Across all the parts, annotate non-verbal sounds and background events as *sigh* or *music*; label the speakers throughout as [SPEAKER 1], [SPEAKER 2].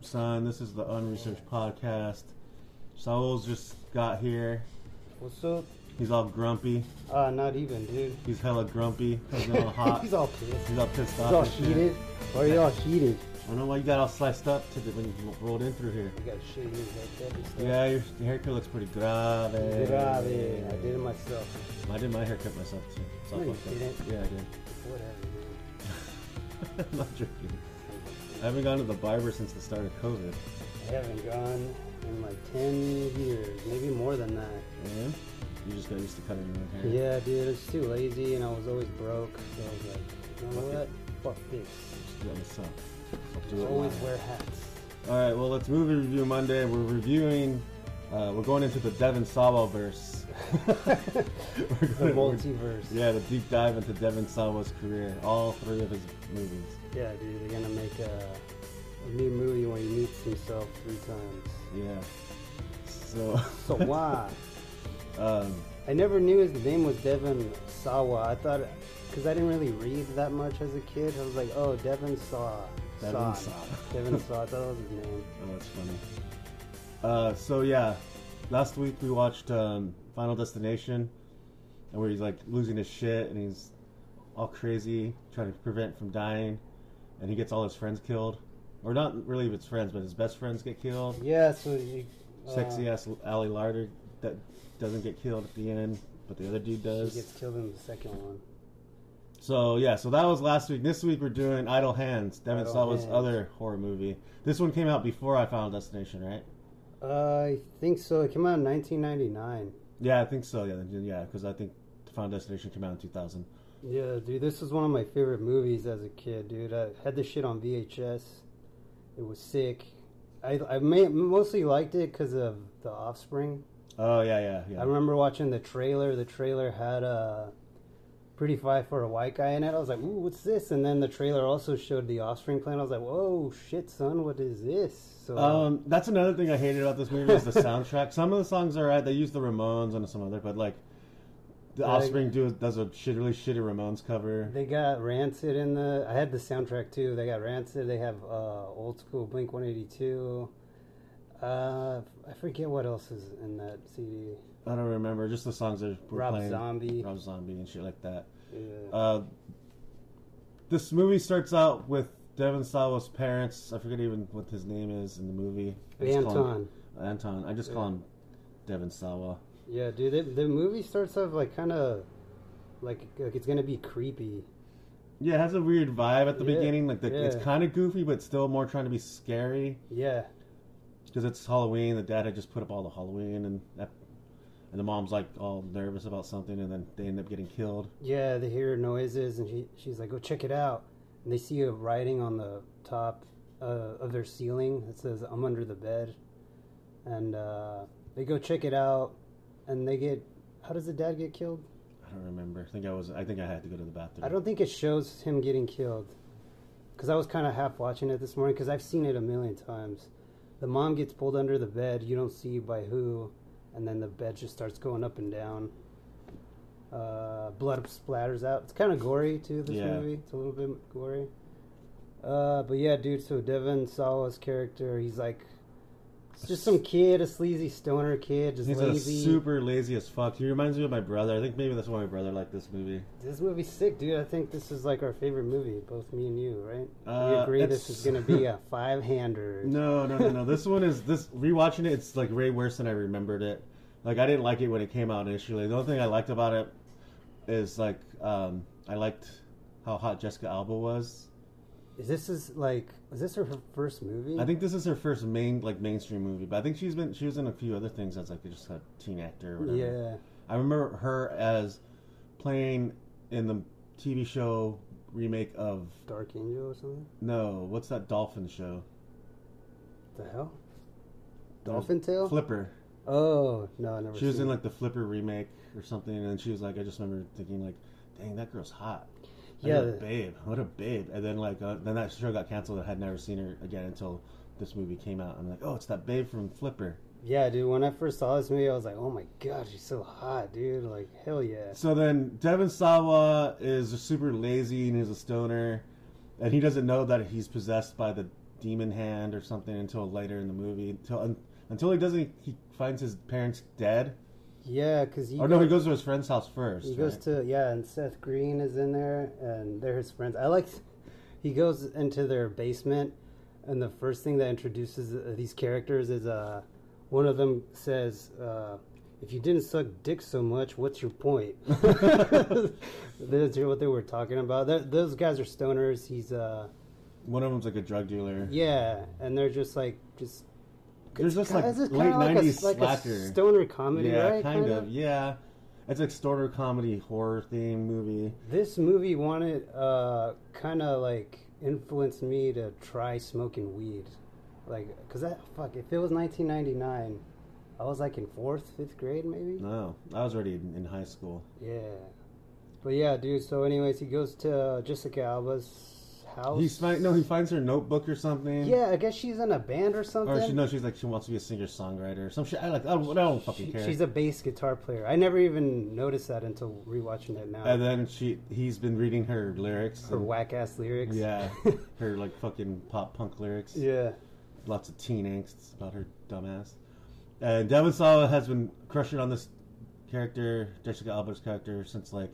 [SPEAKER 1] son. This is the Unresearched Podcast. Saul's just got here.
[SPEAKER 2] What's up?
[SPEAKER 1] He's all grumpy.
[SPEAKER 2] Uh, not even, dude.
[SPEAKER 1] He's hella grumpy. He's
[SPEAKER 2] *laughs*
[SPEAKER 1] all hot.
[SPEAKER 2] He's all pissed.
[SPEAKER 1] He's all pissed
[SPEAKER 2] He's all
[SPEAKER 1] off. and shit.
[SPEAKER 2] heated. Why are you all heated?
[SPEAKER 1] I don't know why you got all sliced up to the, when you rolled in through here.
[SPEAKER 2] You got shit in like that and stuff.
[SPEAKER 1] Yeah, your haircut looks pretty grave.
[SPEAKER 2] Grave. I did it myself.
[SPEAKER 1] I did my haircut myself too. It's all
[SPEAKER 2] No, you
[SPEAKER 1] fucked up.
[SPEAKER 2] didn't.
[SPEAKER 1] Yeah, I did.
[SPEAKER 2] Whatever, man.
[SPEAKER 1] *laughs* I'm not joking. I haven't gone to the barber since the start of COVID.
[SPEAKER 2] I haven't gone in like 10 years, maybe more than that.
[SPEAKER 1] Yeah? You just got used to cutting your own hair.
[SPEAKER 2] Yeah, dude, I was too lazy and I was always broke. So I was like, you know
[SPEAKER 1] Fuck
[SPEAKER 2] what?
[SPEAKER 1] it.
[SPEAKER 2] Fuck this.
[SPEAKER 1] Just do it myself. I'll do
[SPEAKER 2] Just
[SPEAKER 1] it
[SPEAKER 2] always
[SPEAKER 1] myself.
[SPEAKER 2] wear
[SPEAKER 1] *laughs*
[SPEAKER 2] hats.
[SPEAKER 1] All right, well, let's movie review Monday. We're reviewing. Uh, we're going into the Devin Sawa verse. We're
[SPEAKER 2] *laughs* The
[SPEAKER 1] gonna- we're-
[SPEAKER 2] multiverse.
[SPEAKER 1] Yeah, the deep dive into Devin Sawa's career, all three of his movies.
[SPEAKER 2] Yeah, dude, they're gonna make a, a new movie where he meets himself three times.
[SPEAKER 1] Yeah. So, *laughs*
[SPEAKER 2] So why?
[SPEAKER 1] um,
[SPEAKER 2] I never knew his name was Devin Sawa. I thought, because I didn't really read that much as a kid. I was like, oh, Devin Saw.
[SPEAKER 1] Devin
[SPEAKER 2] Saw.
[SPEAKER 1] Sawa.
[SPEAKER 2] Devin Saw. I thought that was
[SPEAKER 1] *laughs*
[SPEAKER 2] his name.
[SPEAKER 1] Oh, that's funny. Uh, so yeah, last week we watched um, Final Destination, and where he's like losing his shit and he's all crazy, trying to prevent from dying, and he gets all his friends killed, or not really his friends, but his best friends get killed.
[SPEAKER 2] Yeah, so you. uh,
[SPEAKER 1] Sexy ass Ali Larder that doesn't get killed at the end, but the other dude
[SPEAKER 2] He
[SPEAKER 1] does.
[SPEAKER 2] gets killed in the second one.
[SPEAKER 1] So yeah, so that was last week. This week we're doing Idle Hands, Devin
[SPEAKER 2] Idle
[SPEAKER 1] Sawa's
[SPEAKER 2] Hands.
[SPEAKER 1] other horror movie. This one came out before I Final Destination, right?
[SPEAKER 2] Uh, I think so. It came out in 1999.
[SPEAKER 1] Yeah, I think so. Yeah, then- yeah, because I think the Final Destination came out in 2000.
[SPEAKER 2] Yeah, dude, this was one of my favorite movies as a kid, dude. I had this shit on VHS. It was sick. I I ma mostly liked it because of The Offspring.
[SPEAKER 1] Oh yeah, yeah, yeah.
[SPEAKER 2] I remember watching the trailer. The trailer had a pretty fight for a white guy in it. I was like, "Ooh, what's this?" And then the trailer also showed the Offspring plan. I was like, "Whoa, shit, son, what is this?" So
[SPEAKER 1] um, that's another thing I hated about this movie is
[SPEAKER 2] *laughs*
[SPEAKER 1] the soundtrack. Some of the songs are right. They use the Ramones and some other, but like the
[SPEAKER 2] Like-
[SPEAKER 1] Offspring do does a shit, really shitty Ramones cover.
[SPEAKER 2] they got Rancid in the. I had the soundtrack too. They got Rancid. They have uh, old school Blink One Eighty Two. Uh, I forget what else is in that CD.
[SPEAKER 1] I don't remember. Just the songs they were
[SPEAKER 2] Rob
[SPEAKER 1] playing.
[SPEAKER 2] Zombie.
[SPEAKER 1] Rob Zombie and shit like that.
[SPEAKER 2] Yeah.
[SPEAKER 1] Uh, this movie starts out with Devin Sawa's parents. I forget even what his name is in the movie. I just call him-
[SPEAKER 2] Anton.
[SPEAKER 1] Anton. I just call him Devin Sawa.
[SPEAKER 2] Yeah, dude, the, the movie starts off like kind of like like it's gonna be creepy.
[SPEAKER 1] Yeah, it has a weird vibe at the
[SPEAKER 2] Yeah,
[SPEAKER 1] beginning. Like the, it's
[SPEAKER 2] yeah.
[SPEAKER 1] kind of goofy, but still more trying to be scary
[SPEAKER 2] Yeah.
[SPEAKER 1] because it's Halloween. The dad had just put up all the Halloween, and that, and the mom's like all nervous about something, and then they end up getting killed.
[SPEAKER 2] Yeah, they hear noises, and she, she's like, "Go check it out." And they see a writing on the top uh, of their ceiling that says, "I'm under the bed," and uh, they go check it out, and they get. How does the dad get killed?
[SPEAKER 1] I don't remember. I think I was. I think I had to go to the bathroom.
[SPEAKER 2] I don't think it shows him getting killed, because I was kind of half watching it this morning because I've seen it a million times. The mom gets pulled under the bed. You don't see by who, and then the bed just starts going up and down. Uh, blood splatters out. It's kind of gory too. This
[SPEAKER 1] Yeah.
[SPEAKER 2] movie. It's a little bit gory. Uh, but yeah, dude. So Devin Sawa's character, he's like, it's just some kid, a sleazy stoner kid, just
[SPEAKER 1] He's
[SPEAKER 2] lazy.
[SPEAKER 1] a super lazy as fuck. He reminds me of my brother. I think maybe that's why my brother liked this movie.
[SPEAKER 2] This movie's sick, dude. I think this is like our favorite movie, both me and you, right? we
[SPEAKER 1] Uh,
[SPEAKER 2] agree
[SPEAKER 1] it's-
[SPEAKER 2] this is
[SPEAKER 1] *laughs*
[SPEAKER 2] gonna be a five-hander.
[SPEAKER 1] No, no, no, no. this one is this rewatching it. It's like way worse than I remembered it. Like I didn't like it when it came out initially. The only thing I liked about it is like um, I liked how hot Jessica Alba was.
[SPEAKER 2] Is this is like, is this her first movie?
[SPEAKER 1] I think this is her first main like mainstream movie, but I think she's been she was in a few other things as like just a teen actor. Or whatever.
[SPEAKER 2] Yeah,
[SPEAKER 1] I remember her as playing in the TV show remake of
[SPEAKER 2] Dark Angel or something.
[SPEAKER 1] no, what's that dolphin show?
[SPEAKER 2] The hell? Dolphin Tale?
[SPEAKER 1] Flipper.
[SPEAKER 2] oh no, I never.
[SPEAKER 1] She was
[SPEAKER 2] seen
[SPEAKER 1] in
[SPEAKER 2] it.
[SPEAKER 1] like the Flipper remake or something, and she was like, I just remember thinking like, dang, that girl's hot. Like,
[SPEAKER 2] Yeah.
[SPEAKER 1] what a babe, what a babe. And then like, uh, then that show got canceled. I had never seen her again until this movie came out. I'm like, oh, it's that babe from Flipper.
[SPEAKER 2] Yeah, dude. When I first saw this movie, I was like, oh my god, she's so hot, dude. Like hell yeah.
[SPEAKER 1] So then Devin Sawa is super lazy and he's a stoner, and he doesn't know that he's possessed by the demon hand or something until later in the movie. Until un, until he doesn't, he finds his parents dead.
[SPEAKER 2] Yeah, because he
[SPEAKER 1] Or Oh, no, he goes to his friend's house first.
[SPEAKER 2] He goes
[SPEAKER 1] right?
[SPEAKER 2] to yeah, and Seth Green is in there, and they're his friends. I like. He goes into their basement, and the first thing that introduces uh, these characters is uh, one of them says, uh, "If you didn't suck dick so much, what's
[SPEAKER 1] *laughs*
[SPEAKER 2] your point?" *laughs* That's what they were talking about. Th those guys are stoners. He's uh,
[SPEAKER 1] One of them's like a drug dealer.
[SPEAKER 2] yeah, and they're just like just.
[SPEAKER 1] There's this like
[SPEAKER 2] This is
[SPEAKER 1] late
[SPEAKER 2] kinda like a-
[SPEAKER 1] '90s
[SPEAKER 2] like a,
[SPEAKER 1] slacker.
[SPEAKER 2] stoner comedy,
[SPEAKER 1] yeah,
[SPEAKER 2] right?
[SPEAKER 1] kind
[SPEAKER 2] kinda?
[SPEAKER 1] of. Yeah, it's like stoner comedy horror theme movie.
[SPEAKER 2] This movie wanted, uh, kind of like influenced me to try smoking weed, like, cause that fuck, if it was 1999, I was like in fourth, fifth grade maybe.
[SPEAKER 1] No, I was already in, in high school.
[SPEAKER 2] Yeah, but yeah, dude. So, anyways, he goes to uh, Jessica Alba's house.
[SPEAKER 1] He's find, no, he finds her notebook or something.
[SPEAKER 2] yeah, I guess she's in a band or something.
[SPEAKER 1] Or Oh, she no, she's like she wants to be a singer songwriter or some shit. I like I don't, I don't fucking
[SPEAKER 2] She-
[SPEAKER 1] care.
[SPEAKER 2] She's a bass guitar player. I never even noticed that until rewatching it now.
[SPEAKER 1] and then she he's been reading her lyrics.
[SPEAKER 2] Her
[SPEAKER 1] and-
[SPEAKER 2] whack ass lyrics. *laughs*
[SPEAKER 1] Yeah, her like fucking pop punk lyrics.
[SPEAKER 2] yeah.
[SPEAKER 1] Lots of teen angst about her dumbass. And Devon Sawa has been crushing on this character, Jessica Alba's character, since like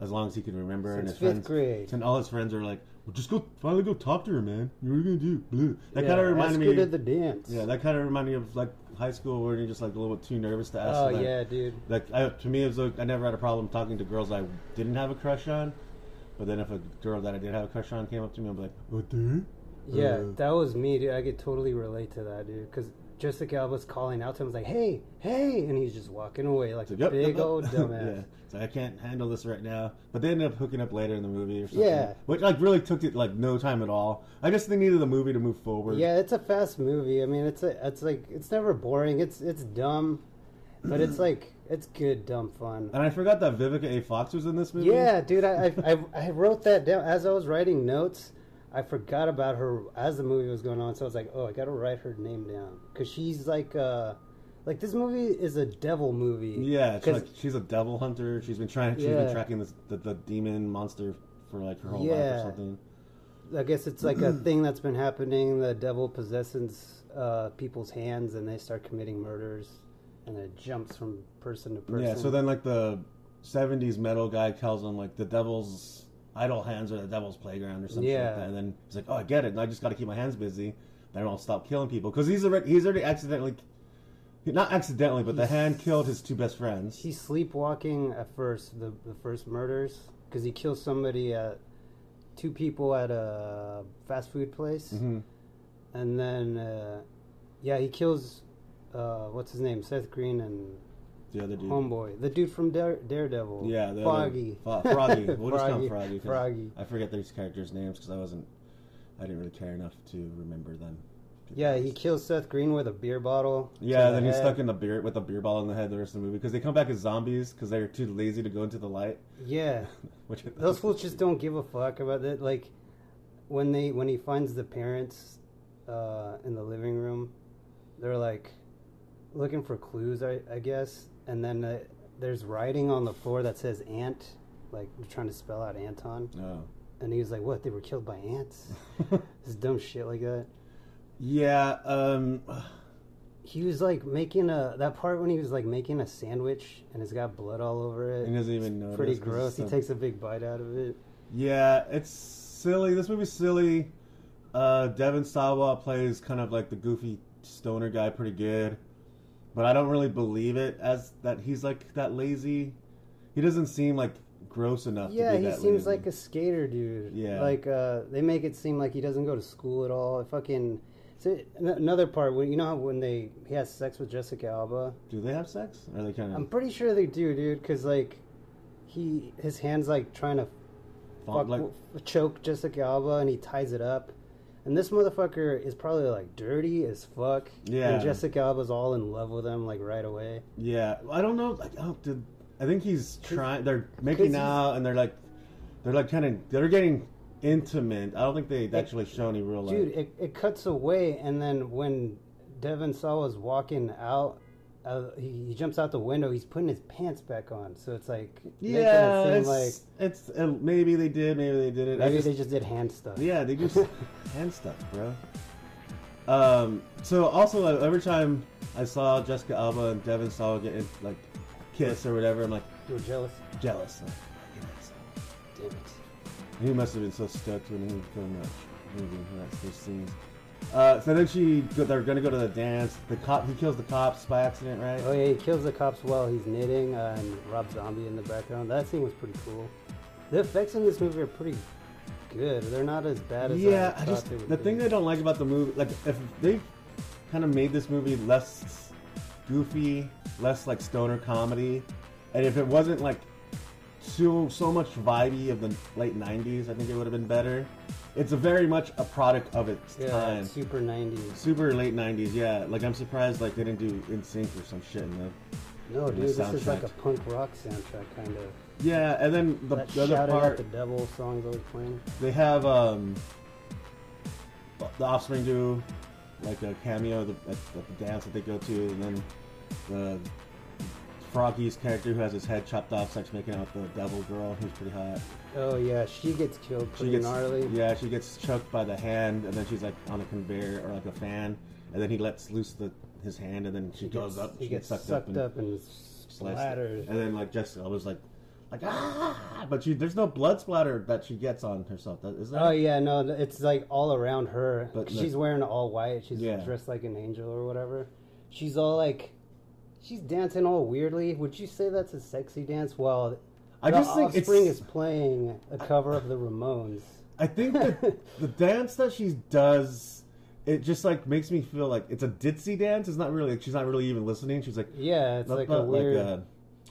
[SPEAKER 1] as long as he can remember. and his
[SPEAKER 2] Since fifth
[SPEAKER 1] friends,
[SPEAKER 2] grade.
[SPEAKER 1] And all his friends are like, well, just go finally go talk to her, man. What are you gonna do? Blue. That
[SPEAKER 2] yeah,
[SPEAKER 1] kind of reminded
[SPEAKER 2] ask
[SPEAKER 1] me.
[SPEAKER 2] her to the dance.
[SPEAKER 1] yeah, that kind of reminded me of like high school where you're just like a little bit too nervous to ask.
[SPEAKER 2] Oh
[SPEAKER 1] like,
[SPEAKER 2] yeah, dude.
[SPEAKER 1] Like I, to me, it was like I never had a problem talking to girls I didn't have a crush on. But then if a girl that I did have a crush on came up to me, I'm like, what the?
[SPEAKER 2] Yeah,
[SPEAKER 1] Uh,
[SPEAKER 2] that was me, dude. I could totally relate to that, dude. Because Jessica Alba's calling out to him, was like, "Hey, hey," and he's just walking away like
[SPEAKER 1] It's
[SPEAKER 2] a
[SPEAKER 1] like, "Yep, yep,
[SPEAKER 2] big
[SPEAKER 1] yep." *laughs*
[SPEAKER 2] *laughs* old dumbass.
[SPEAKER 1] It's like, I can't handle this right now. But they ended up hooking up later in the movie or something.
[SPEAKER 2] Yeah.
[SPEAKER 1] Which like really took it like no time at all. I just they needed the movie to move forward.
[SPEAKER 2] yeah, it's a fast movie. I mean, it's a, it's like it's never boring. It's it's dumb,
[SPEAKER 1] *clears throat*
[SPEAKER 2] but it's like it's good dumb fun.
[SPEAKER 1] And I forgot that Vivica A. Fox was in this movie.
[SPEAKER 2] Yeah, dude. I, I I I wrote that down as I was writing notes. I forgot about her as the movie was going on, so I was like, "Oh, I gotta write her name down," because she's like, uh, like this movie is a devil movie.
[SPEAKER 1] Yeah, it's
[SPEAKER 2] 'Cause-
[SPEAKER 1] like she's a devil hunter. She's been trying. She's
[SPEAKER 2] Yeah.
[SPEAKER 1] been tracking this the, the demon monster for like her whole life
[SPEAKER 2] Yeah.
[SPEAKER 1] or something.
[SPEAKER 2] I guess
[SPEAKER 1] *clears throat*
[SPEAKER 2] it's like a thing that's been happening. The devil possesses uh, people's hands, and they start committing murders, and it jumps from person to person.
[SPEAKER 1] Yeah, so then like the '70s metal guy tells him like the devil's idle hands are the devil's playground or something
[SPEAKER 2] Yeah.
[SPEAKER 1] like that, and then he's like, "Oh, I get it. I just got to keep my hands busy. Then I'll stop killing people." Because he's already he's already accidentally, not accidentally, but the
[SPEAKER 2] He's-
[SPEAKER 1] hand killed his two best friends.
[SPEAKER 2] he's sleepwalking at first the the first murders because he kills somebody at two people at a fast food place,
[SPEAKER 1] hmm
[SPEAKER 2] and then uh, yeah, he kills uh, what's his name, Seth Green and
[SPEAKER 1] The other dude.
[SPEAKER 2] Homeboy, the dude from Dare, Daredevil.
[SPEAKER 1] Yeah, the other-
[SPEAKER 2] Froggy.
[SPEAKER 1] Fo- Froggy. We'll just call him Froggy. 'cause
[SPEAKER 2] *laughs* Froggy.
[SPEAKER 1] I forget these characters' names because I wasn't, I didn't really care enough to remember them. to be
[SPEAKER 2] Yeah,
[SPEAKER 1] honest.
[SPEAKER 2] he kills Seth Green with a beer bottle. to
[SPEAKER 1] Yeah,
[SPEAKER 2] the
[SPEAKER 1] then he's
[SPEAKER 2] head.
[SPEAKER 1] stuck in the beer with a beer bottle in the head the rest of the movie because they come back as zombies because they're too lazy to go into the light. *laughs*
[SPEAKER 2] Yeah,
[SPEAKER 1] Which
[SPEAKER 2] those fools just don't give a fuck about it. Like when they when he finds the parents uh, in the living room, they're like looking for clues, I, I guess. And then uh, there's writing on the floor that says "ant," like they're trying to spell out Anton.
[SPEAKER 1] *laughs* Oh.
[SPEAKER 2] And he was like, "What? They were killed by ants?" this dumb shit like that.
[SPEAKER 1] *laughs* yeah. Um.
[SPEAKER 2] He was like making a that part when he was like making a sandwich and it's got blood all over it.
[SPEAKER 1] He doesn't even know.
[SPEAKER 2] pretty gross. He takes a big bite out of it.
[SPEAKER 1] Yeah, it's silly. This movie's silly. Uh, Devin Sawa plays kind of like the goofy stoner guy pretty good, but I don't really believe it as that he's like that lazy. He doesn't seem like gross enough.
[SPEAKER 2] Yeah,
[SPEAKER 1] to be
[SPEAKER 2] he
[SPEAKER 1] that lazy.
[SPEAKER 2] seems like a skater dude.
[SPEAKER 1] Yeah.
[SPEAKER 2] like uh, they make it seem like he doesn't go to school at all. Fucking. So an- another part when you know how when they he has sex with Jessica Alba.
[SPEAKER 1] Do they have sex? Or are they kind of
[SPEAKER 2] I'm pretty sure they do, dude, because like he his hands like trying to fuck,
[SPEAKER 1] like
[SPEAKER 2] choke Jessica Alba and he ties it up. And this motherfucker is probably like dirty as fuck.
[SPEAKER 1] Yeah.
[SPEAKER 2] And Jessica Alba's all in love with him like right away.
[SPEAKER 1] Yeah, I don't know. Like, oh, did, I think he's trying. They're
[SPEAKER 2] he's-
[SPEAKER 1] making out, and they're like, they're like kind of, they're getting intimate. I don't think they actually show any real. Like,
[SPEAKER 2] Dude, it, it cuts away, and then when Devin Sawa's walking out uh, he, he jumps out the window. He's putting his pants back on, so it's like making it
[SPEAKER 1] Yeah,
[SPEAKER 2] seem
[SPEAKER 1] it's,
[SPEAKER 2] like
[SPEAKER 1] it's uh, maybe they did, maybe they didn't. I
[SPEAKER 2] maybe
[SPEAKER 1] just-
[SPEAKER 2] they just did hand stuff.
[SPEAKER 1] Yeah, they
[SPEAKER 2] *laughs*
[SPEAKER 1] do s- hand stuff, bro. Um, so also uh, every time I saw Jessica Alba and Devin Sawa get in, like kiss or whatever, I'm like
[SPEAKER 2] you were jealous.
[SPEAKER 1] jealous. I'm like, "Fucking asshole."
[SPEAKER 2] Damn it.
[SPEAKER 1] And he must have been so stoked when he was filming that sh- movie, when that's those scenes. Uh, so then she, go- they're gonna go to the dance. The cop, he kills the cops by accident, right?
[SPEAKER 2] Oh yeah, he kills the cops while he's knitting, uh, and Rob Zombie in the background. That scene was pretty cool. The effects in this movie are pretty good. They're not as bad as
[SPEAKER 1] yeah,
[SPEAKER 2] I,
[SPEAKER 1] I just
[SPEAKER 2] thought they would
[SPEAKER 1] the
[SPEAKER 2] be.
[SPEAKER 1] thing I don't like about the movie, like if they kind of made this movie less goofy, less like stoner comedy, and if it wasn't like so so much vibey of the late '90s, I think it would have been better. It's a very much a product of its
[SPEAKER 2] yeah,
[SPEAKER 1] time,
[SPEAKER 2] super nineties.
[SPEAKER 1] super late '90s. Yeah, like I'm surprised like they didn't do In Sync or some shit in the
[SPEAKER 2] No,
[SPEAKER 1] And the
[SPEAKER 2] dude, this is like
[SPEAKER 1] soundtrack.
[SPEAKER 2] a punk rock soundtrack kind of.
[SPEAKER 1] yeah, and then the,
[SPEAKER 2] that
[SPEAKER 1] the other
[SPEAKER 2] shouting
[SPEAKER 1] part
[SPEAKER 2] at the devil song's always playing.
[SPEAKER 1] They have um, the offspring do like a cameo at the, at, at the dance that they go to, and then the Froggy's character who has his head chopped off starts making out with the devil girl who's pretty hot.
[SPEAKER 2] Oh yeah, she gets killed pretty
[SPEAKER 1] gets
[SPEAKER 2] gnarly.
[SPEAKER 1] yeah, she gets choked by the hand, and then she's like on a conveyor or like a fan, and then he lets loose the his hand, and then she,
[SPEAKER 2] She
[SPEAKER 1] goes
[SPEAKER 2] gets-
[SPEAKER 1] up,
[SPEAKER 2] He
[SPEAKER 1] she
[SPEAKER 2] gets sucked,
[SPEAKER 1] and
[SPEAKER 2] up and,
[SPEAKER 1] sliced.
[SPEAKER 2] splattered.
[SPEAKER 1] and then like Jessica was like. Like ah, but she there's no blood splatter that she gets on herself. That is that
[SPEAKER 2] Oh yeah, no, th- it's like all around her.
[SPEAKER 1] But
[SPEAKER 2] she's
[SPEAKER 1] the-
[SPEAKER 2] wearing all white. She's
[SPEAKER 1] Yeah.
[SPEAKER 2] dressed like an angel or whatever. She's all like, she's dancing all weirdly. Would you say that's a sexy dance? Well,
[SPEAKER 1] I
[SPEAKER 2] the
[SPEAKER 1] just think it's-
[SPEAKER 2] Offspring is playing a cover of the Ramones.
[SPEAKER 1] I think
[SPEAKER 2] *laughs*
[SPEAKER 1] that the dance that she does, it just like makes me feel like it's a ditzy dance. It's not really she's not really even listening. She's like
[SPEAKER 2] Yeah, it's
[SPEAKER 1] not-
[SPEAKER 2] like a
[SPEAKER 1] not
[SPEAKER 2] weird.
[SPEAKER 1] a,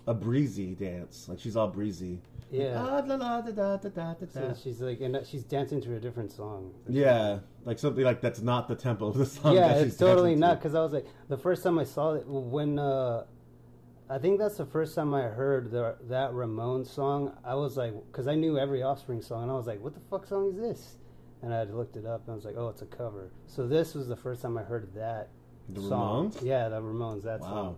[SPEAKER 1] a breezy dance. Like she's all breezy. Like,
[SPEAKER 2] Yeah.
[SPEAKER 1] "Ah, la, la, da, da, da, da, da, da."
[SPEAKER 2] so she's like, and she's dancing to a different song.
[SPEAKER 1] Yeah, like something like that's not the tempo of the song.
[SPEAKER 2] yeah,
[SPEAKER 1] that she's
[SPEAKER 2] it's totally
[SPEAKER 1] dancing
[SPEAKER 2] not
[SPEAKER 1] to.
[SPEAKER 2] because I was like the first time I saw it when uh, I think that's the first time I heard the, that Ramon song. I was like, because I knew every Offspring song, and I was like, what the fuck song is this? And I had looked it up, and I was like, oh, it's a cover. So this was the first time I heard that
[SPEAKER 1] The
[SPEAKER 2] song.
[SPEAKER 1] Ramones?
[SPEAKER 2] Yeah, the Ramones. That
[SPEAKER 1] Wow,
[SPEAKER 2] song.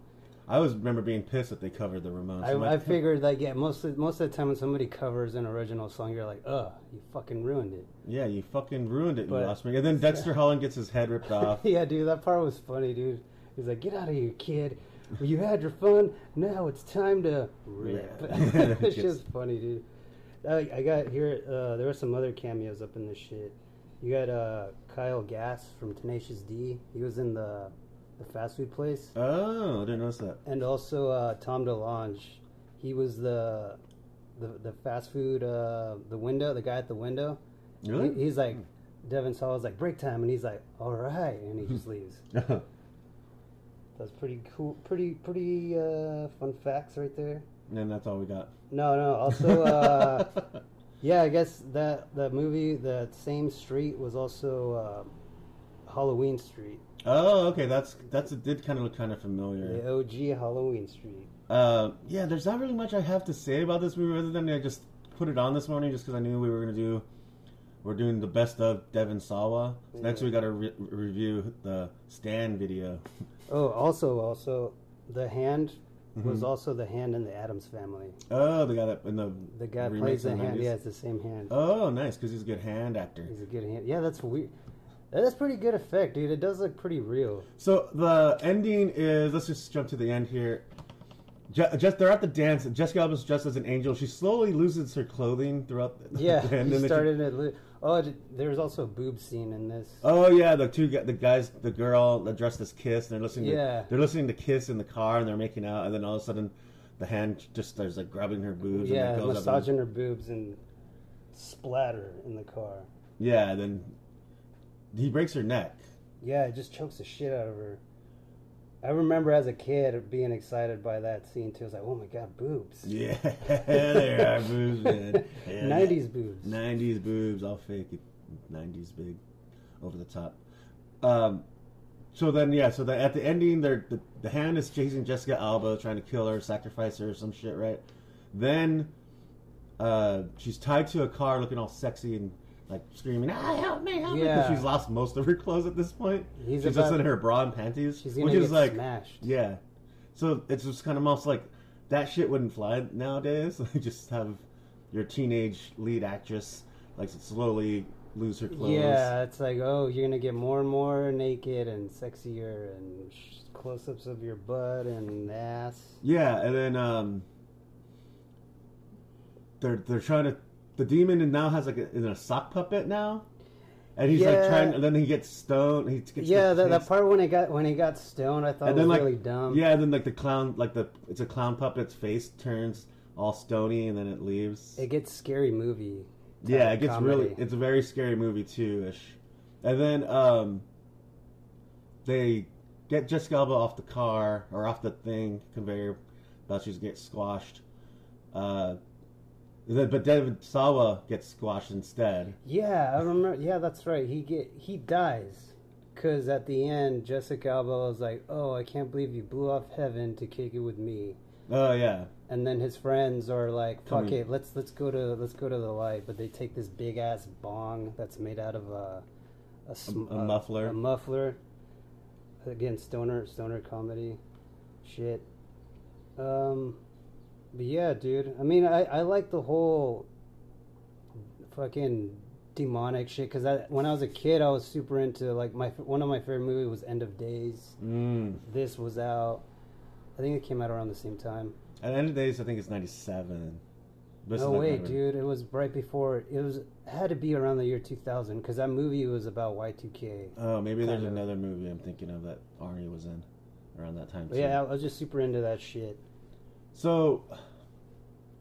[SPEAKER 1] I always remember being pissed that they covered the Ramones.
[SPEAKER 2] I,
[SPEAKER 1] I'm
[SPEAKER 2] I
[SPEAKER 1] like,
[SPEAKER 2] figured like yeah, most of, most of the time when somebody covers an original song, you're like, ugh, you fucking ruined it.
[SPEAKER 1] yeah, you fucking ruined it,
[SPEAKER 2] But-
[SPEAKER 1] you offspring. And
[SPEAKER 2] *laughs*
[SPEAKER 1] then Dexter Holland gets his head ripped off.
[SPEAKER 2] yeah, dude, that part was funny, dude. He's like, "Get out of here, kid. You had your fun. Now it's time to rip."
[SPEAKER 1] Yeah.
[SPEAKER 2] *laughs*
[SPEAKER 1] *laughs*
[SPEAKER 2] it's just funny, dude. I, I got here. Uh, there were some other cameos up in this shit. You got uh, Kyle Gass from Tenacious D. He was in the the fast food place,
[SPEAKER 1] Oh, I didn't notice
[SPEAKER 2] *laughs*
[SPEAKER 1] that.
[SPEAKER 2] and also uh, Tom DeLonge. He was the the, the fast food uh, the window the guy at the window.
[SPEAKER 1] Really? Hmm.
[SPEAKER 2] He- he's like Devin Saw was like break time, and he's like, "All right," and he
[SPEAKER 1] *laughs*
[SPEAKER 2] just leaves. That's pretty cool. Pretty pretty uh, fun facts right there.
[SPEAKER 1] and that's all we got.
[SPEAKER 2] No, no.
[SPEAKER 1] *laughs*
[SPEAKER 2] Also, uh, yeah, I guess that that movie, that same street, was also uh, Halloween Street,
[SPEAKER 1] Oh, okay. That's that's it. Did kind of look kind of familiar.
[SPEAKER 2] the OG Halloween Street.
[SPEAKER 1] Yeah. yeah. There's not really much I have to say about this movie other than I just put it on this morning just because I knew we were gonna do. We're doing the best of Devin Sawa. So Next, we got to re- review the Stan video.
[SPEAKER 2] Oh, also, also, the hand was
[SPEAKER 1] Mhm.
[SPEAKER 2] also the hand in the Adams Family.
[SPEAKER 1] Oh, the guy that in the Oh.
[SPEAKER 2] The guy
[SPEAKER 1] remakes
[SPEAKER 2] plays the
[SPEAKER 1] in
[SPEAKER 2] hand.
[SPEAKER 1] 90s.
[SPEAKER 2] Yeah, it's the same hand.
[SPEAKER 1] Oh, nice because he's a good hand actor.
[SPEAKER 2] He's a good hand. Yeah, that's weird. That's pretty good effect, dude. It does look
[SPEAKER 1] *laughs*
[SPEAKER 2] pretty real.
[SPEAKER 1] So the ending is. Let's just jump to the end here. Je- just they're at the dance. and Jessica Alba's dressed as an angel. She slowly loses her clothing throughout. The, *laughs*
[SPEAKER 2] Yeah,
[SPEAKER 1] the end,
[SPEAKER 2] he
[SPEAKER 1] and then she-
[SPEAKER 2] started it. Li- oh, d- there's also a boob scene in this.
[SPEAKER 1] Oh yeah, the two gu- the guys, the girl that dressed as Kiss, and they're listening.
[SPEAKER 2] Yeah.
[SPEAKER 1] To, they're listening to Kiss in the car, and they're making out, and then all of a sudden, the hand just starts like grabbing her boobs.
[SPEAKER 2] Yeah,
[SPEAKER 1] and it goes Up
[SPEAKER 2] massaging her boobs and splatter in the car.
[SPEAKER 1] and, yeah, and then he breaks her neck. *laughs*
[SPEAKER 2] Yeah, it just chokes the shit out of her. I remember as a kid being excited by that scene too. I was like, oh my god, boobs.
[SPEAKER 1] Yeah, there are boobs,
[SPEAKER 2] *laughs*
[SPEAKER 1] man. Hell yeah.
[SPEAKER 2] 90s boobs.
[SPEAKER 1] 90s boobs, I'll fake it. 90s big, over the top. Um, so then, yeah, so the, at the ending, they're, the, the hand is chasing Jessica Alba, trying to kill her, sacrifice her, or some shit, right? Then uh, she's tied to a car, looking all sexy and like screaming, "Ah, help me, help me!" Because
[SPEAKER 2] Yeah.
[SPEAKER 1] she's lost most of her clothes at this point.
[SPEAKER 2] He's
[SPEAKER 1] she's just
[SPEAKER 2] about-
[SPEAKER 1] in her bra and panties,
[SPEAKER 2] She's gonna
[SPEAKER 1] which
[SPEAKER 2] get
[SPEAKER 1] is like,
[SPEAKER 2] smashed.
[SPEAKER 1] yeah. So it's just kind of almost like that shit wouldn't fly nowadays. *laughs* Like just have your teenage lead actress like slowly lose her clothes.
[SPEAKER 2] Yeah, it's like, oh, you're gonna get more and more naked and sexier and sh- close-ups of your butt and ass.
[SPEAKER 1] Yeah, and then um, they're they're trying to the demon now has like a, is it a sock puppet now, and he's like
[SPEAKER 2] Yeah.
[SPEAKER 1] trying. And then he gets stoned. He gets
[SPEAKER 2] Yeah, that, that um,
[SPEAKER 1] pissed.
[SPEAKER 2] part when he got when he got stoned, I thought
[SPEAKER 1] And
[SPEAKER 2] was
[SPEAKER 1] then, like,
[SPEAKER 2] really dumb.
[SPEAKER 1] Yeah, and then like the clown, like the it's a clown puppet's face turns all stony, and then it leaves.
[SPEAKER 2] it gets scary movie.
[SPEAKER 1] yeah,
[SPEAKER 2] type
[SPEAKER 1] it gets really.
[SPEAKER 2] comedy.
[SPEAKER 1] It's a very scary movie too ish, and then um, they get Jessica Alba off the car or off the thing conveyor belt. She's get squashed. Uh, then, but David Sawa gets squashed instead.
[SPEAKER 2] Yeah, I remember. Yeah, that's right. He get he dies because at the end, Jessica Alba was like, "Oh, I can't believe you blew off heaven to kick it with me."
[SPEAKER 1] Oh yeah,
[SPEAKER 2] And then his friends are like,
[SPEAKER 1] Come
[SPEAKER 2] "Fuck
[SPEAKER 1] here.
[SPEAKER 2] it, let's let's go to let's go to the light." But they take this big ass bong that's made out of a a, sm- uh,
[SPEAKER 1] A- a muffler.
[SPEAKER 2] a muffler. Again, stoner stoner comedy, shit. Um, but yeah, dude. I mean, I I like the whole fucking demonic shit because I when I was a kid, I was super into like my one of my favorite movies was End of Days.
[SPEAKER 1] mm.
[SPEAKER 2] This was out. I think it came out around the same time.
[SPEAKER 1] at the end of the days, I think it's ninety seven.
[SPEAKER 2] No way, dude! It was right before. It was had to be around the year 2000 because that movie was about Y2K.
[SPEAKER 1] Oh, maybe there's
[SPEAKER 2] Kind of.
[SPEAKER 1] another movie I'm thinking of that Arnie was in around that time.
[SPEAKER 2] But
[SPEAKER 1] too.
[SPEAKER 2] yeah, I was just super into that shit.
[SPEAKER 1] So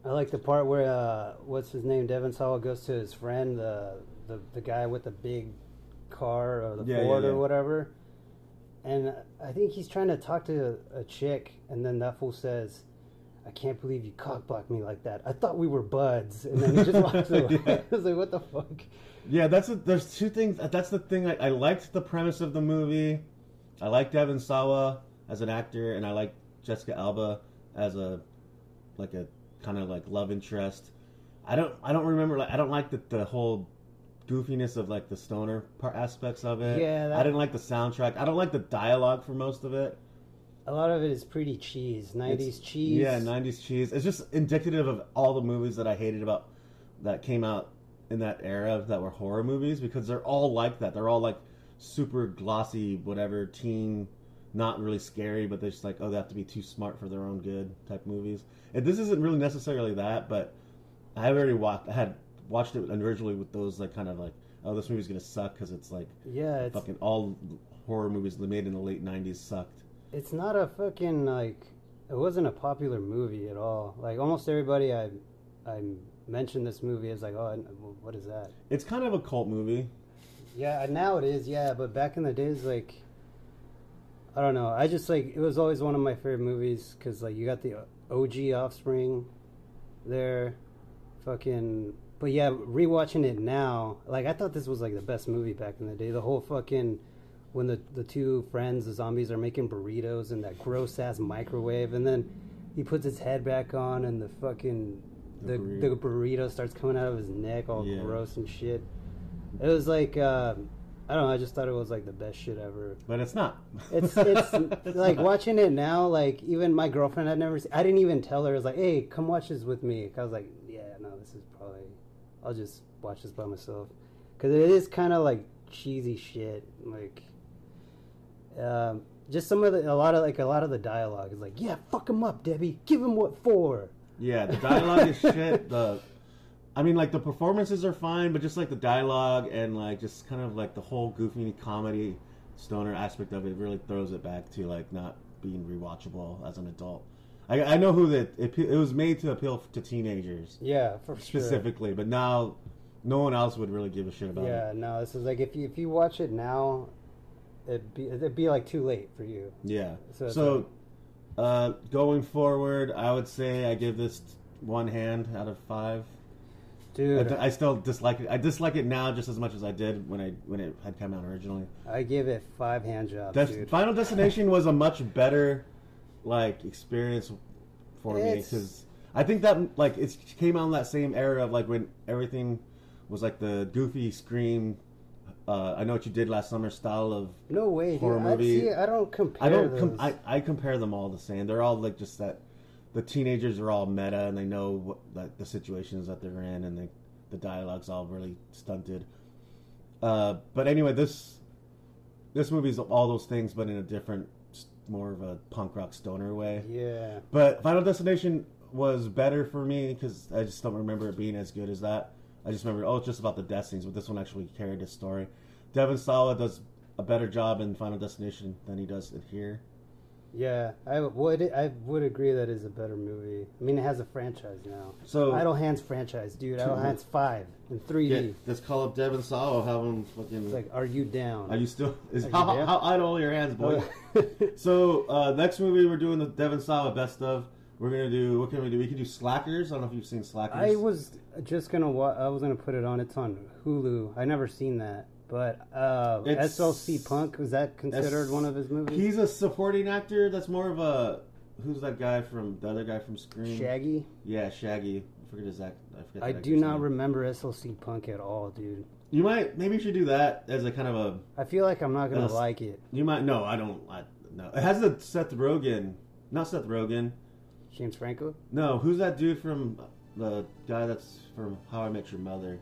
[SPEAKER 2] I like the part where uh, what's his name, Devin Sawa, goes to his friend, the the, the guy with the big car or the
[SPEAKER 1] Yeah, yeah,
[SPEAKER 2] Ford
[SPEAKER 1] yeah.
[SPEAKER 2] or whatever, and I think he's trying to talk to a, a chick, and then that fool says. I can't believe you cockblocked me like that. I thought we were buds, and then he
[SPEAKER 1] *laughs*
[SPEAKER 2] just walks away.
[SPEAKER 1] Yeah.
[SPEAKER 2] *laughs* I was like, "What the fuck?"
[SPEAKER 1] yeah, that's a, there's two things. uh, That's the thing. I, I liked the premise of the movie. I liked Devin Sawa as an actor, and I liked Jessica Alba as a like a kind of like love interest. I don't I don't remember. Like, I don't like the, the whole goofiness of like the stoner part aspects of it.
[SPEAKER 2] Yeah, that-
[SPEAKER 1] I didn't like the soundtrack. I don't like the dialogue for most of it.
[SPEAKER 2] A lot of it is pretty cheese, nineties cheese.
[SPEAKER 1] Yeah, '90s cheese. It's just indicative of all the movies that I hated about that came out in that era that were horror movies because they're all like that. They're all like super glossy, whatever teen, not really scary, but they're just like, oh, they have to be too smart for their own good type movies. And this isn't really necessarily that, but I already watched. I had watched it originally with those like kind of like, oh, this movie's gonna suck because it's like
[SPEAKER 2] yeah. It's
[SPEAKER 1] fucking all horror movies made in the late '90s sucked.
[SPEAKER 2] it's not a fucking like. It wasn't a popular movie at all. Like almost everybody I I mentioned this movie is like, oh, I- what is that?
[SPEAKER 1] It's kind of a cult movie.
[SPEAKER 2] Yeah, now it is. Yeah, but back in the days, like, I don't know. I just like it was always one of my favorite movies because like you got the OG Offspring there, fucking. But yeah, rewatching it now, like I thought this was like the best movie back in the day. The whole fucking when the the two friends, the zombies, are making burritos in that gross ass microwave, and then he puts his head back on, and the fucking the
[SPEAKER 1] The
[SPEAKER 2] the
[SPEAKER 1] burrito.
[SPEAKER 2] burrito, starts coming out of his neck, all
[SPEAKER 1] Yeah.
[SPEAKER 2] gross and shit. It was like um, I don't know. I just thought it was like the best shit ever.
[SPEAKER 1] But it's not.
[SPEAKER 2] It's it's *laughs*
[SPEAKER 1] *laughs* not.
[SPEAKER 2] like watching it now. Like even my girlfriend had never. Seen, I didn't even tell her. I was like, "Hey, come watch this with me." 'Cause I was like, "Yeah, no, this is probably. I'll just watch this by myself." Because it is kind of like cheesy shit. Like, um, just some of the a lot of like a lot of the dialogue is like, "Yeah, fuck him up, Debbie. Give him what for."
[SPEAKER 1] Yeah, the dialogue is shit. The, I mean, like the performances are fine, but just like the dialogue and like just kind of like the whole goofy comedy stoner aspect of it really throws it back to like not being rewatchable as an adult. I, I know who that it, it was made to appeal to teenagers
[SPEAKER 2] Yeah, for sure.
[SPEAKER 1] specifically, but now no one else would really give a shit about
[SPEAKER 2] Yeah,
[SPEAKER 1] it.
[SPEAKER 2] no, this is like if you if you watch it now, it'd be it'd be like too late for you.
[SPEAKER 1] Yeah.
[SPEAKER 2] So
[SPEAKER 1] So,
[SPEAKER 2] it's
[SPEAKER 1] uh, going forward, I would say I give this one hand out of five. I,
[SPEAKER 2] Dude,
[SPEAKER 1] d- I still dislike it. I dislike it now just as much as I did when I when it had come out originally.
[SPEAKER 2] I give it five hand jobs,
[SPEAKER 1] That's,
[SPEAKER 2] dude.
[SPEAKER 1] Final Destination was a much better like experience for me
[SPEAKER 2] It's-
[SPEAKER 1] because I think that like it came out in that same era of like when everything was like the goofy scream uh, I know what you did last summer style of.
[SPEAKER 2] No way, dude.
[SPEAKER 1] Horror
[SPEAKER 2] I,
[SPEAKER 1] movie.
[SPEAKER 2] See, I don't compare.
[SPEAKER 1] I don't. Com-
[SPEAKER 2] those.
[SPEAKER 1] I, I compare them all the same. They're all like just that. The teenagers are all meta, and they know what like, the situations that they're in, and they, the dialogue's all really stunted. Uh, but anyway, this this movie's all those things, but in a different, s- more of a punk rock stoner way.
[SPEAKER 2] yeah.
[SPEAKER 1] But Final Destination was better for me because I just don't remember it being as good as that. I just remember, oh, it's just about the death scenes, but this one actually carried the story. Devin Sawa does a better job in Final Destination than he does in here.
[SPEAKER 2] Yeah, I would I would agree that is a better movie. I mean, it has a franchise now.
[SPEAKER 1] So
[SPEAKER 2] Idle Hands franchise, dude. Idle
[SPEAKER 1] Two-
[SPEAKER 2] Hands five in three
[SPEAKER 1] yeah,
[SPEAKER 2] D.
[SPEAKER 1] let's call up Devin Sawa, have him fucking.
[SPEAKER 2] It's like, are you down? Oh,
[SPEAKER 1] are you still? *laughs* Is,
[SPEAKER 2] Are you
[SPEAKER 1] how,
[SPEAKER 2] there?
[SPEAKER 1] how idle are your hands,
[SPEAKER 2] *laughs*
[SPEAKER 1] boy? so uh, next movie we're doing the Devin Sawa best of. We're gonna do what can we do? We can do Slackers. I don't know if you've seen Slackers.
[SPEAKER 2] I was just gonna. Wa- I was gonna put it on. It's on Hulu. I never seen that, but uh,
[SPEAKER 1] It's-
[SPEAKER 2] SLC Punk was that considered one of his movies?
[SPEAKER 1] He's a supporting actor. That's more of a who's that guy from the other guy from Scream?
[SPEAKER 2] Shaggy.
[SPEAKER 1] Yeah, Shaggy. I forget his act. I forget.
[SPEAKER 2] I
[SPEAKER 1] that
[SPEAKER 2] do
[SPEAKER 1] actor's
[SPEAKER 2] not
[SPEAKER 1] name.
[SPEAKER 2] remember SLC Punk at all, dude.
[SPEAKER 1] You might. Maybe you should do that as a kind of a.
[SPEAKER 2] I feel like I'm not gonna
[SPEAKER 1] That's-
[SPEAKER 2] like it.
[SPEAKER 1] You might. No, I don't. I, no, it has a Seth Rogen. Not Seth Rogen.
[SPEAKER 2] James Franco.
[SPEAKER 1] No, who's that dude from the guy that's from How I Met Your Mother?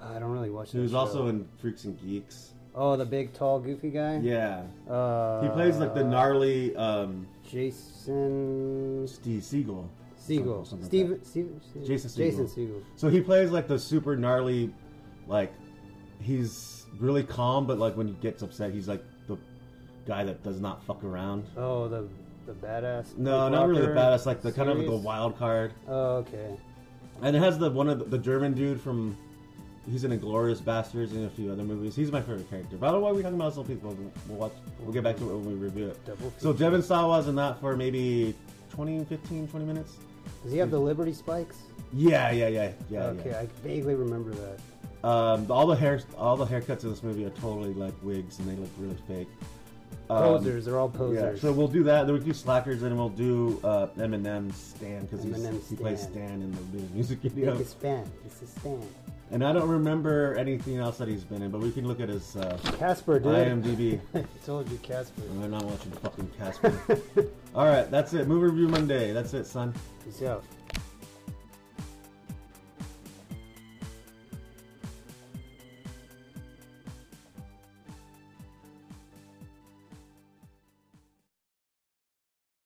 [SPEAKER 2] I don't really watch. that
[SPEAKER 1] Who's
[SPEAKER 2] show.
[SPEAKER 1] also in Freaks and Geeks.
[SPEAKER 2] Oh, the big, tall, goofy guy.
[SPEAKER 1] Yeah,
[SPEAKER 2] Uh,
[SPEAKER 1] he plays like the gnarly um,
[SPEAKER 2] Jason
[SPEAKER 1] Steve Siegel.
[SPEAKER 2] Siegel.
[SPEAKER 1] Something like
[SPEAKER 2] Steven, Steven,
[SPEAKER 1] Jason Segel.
[SPEAKER 2] Jason Siegel.
[SPEAKER 1] So he plays like the super gnarly, like he's really calm, but like when he gets upset, he's like the guy that does not fuck around.
[SPEAKER 2] Oh, the the badass.
[SPEAKER 1] No, not really the
[SPEAKER 2] rocker
[SPEAKER 1] badass. Like the kind of the
[SPEAKER 2] series?
[SPEAKER 1] wild card,
[SPEAKER 2] Oh, okay.
[SPEAKER 1] and it has the one of the, the German dude from. He's in Inglorious Bastards and a few other movies. He's my favorite character. By the way, we're talking about some people. We'll watch. We'll get back to it when we review it.
[SPEAKER 2] Double.
[SPEAKER 1] So
[SPEAKER 2] feature.
[SPEAKER 1] Devin Sawa's in that for maybe 20, 15, 20 minutes.
[SPEAKER 2] does he have the Liberty spikes?
[SPEAKER 1] Yeah, yeah, yeah, yeah.
[SPEAKER 2] okay,
[SPEAKER 1] yeah.
[SPEAKER 2] I vaguely remember that.
[SPEAKER 1] Um, all the hair, all the haircuts in this movie are totally like wigs, and they look really fake. Um,
[SPEAKER 2] Posers, they're all
[SPEAKER 1] Yeah,
[SPEAKER 2] posers.
[SPEAKER 1] so we'll do that. Then we can do slackers, and we'll do uh, Eminem's Stan because
[SPEAKER 2] Eminem's
[SPEAKER 1] he plays
[SPEAKER 2] Stan.
[SPEAKER 1] Stan in the mu- music
[SPEAKER 2] Big
[SPEAKER 1] video.
[SPEAKER 2] is fan. This is Stan.
[SPEAKER 1] And I don't remember anything else that he's been in, but we can look at his uh,
[SPEAKER 2] Casper, dude.
[SPEAKER 1] IMDb.
[SPEAKER 2] *laughs* I told you, Casper.
[SPEAKER 1] I'm not watching fucking Casper. all right, that's it. Movie review Monday. That's it, son.
[SPEAKER 2] Peace out.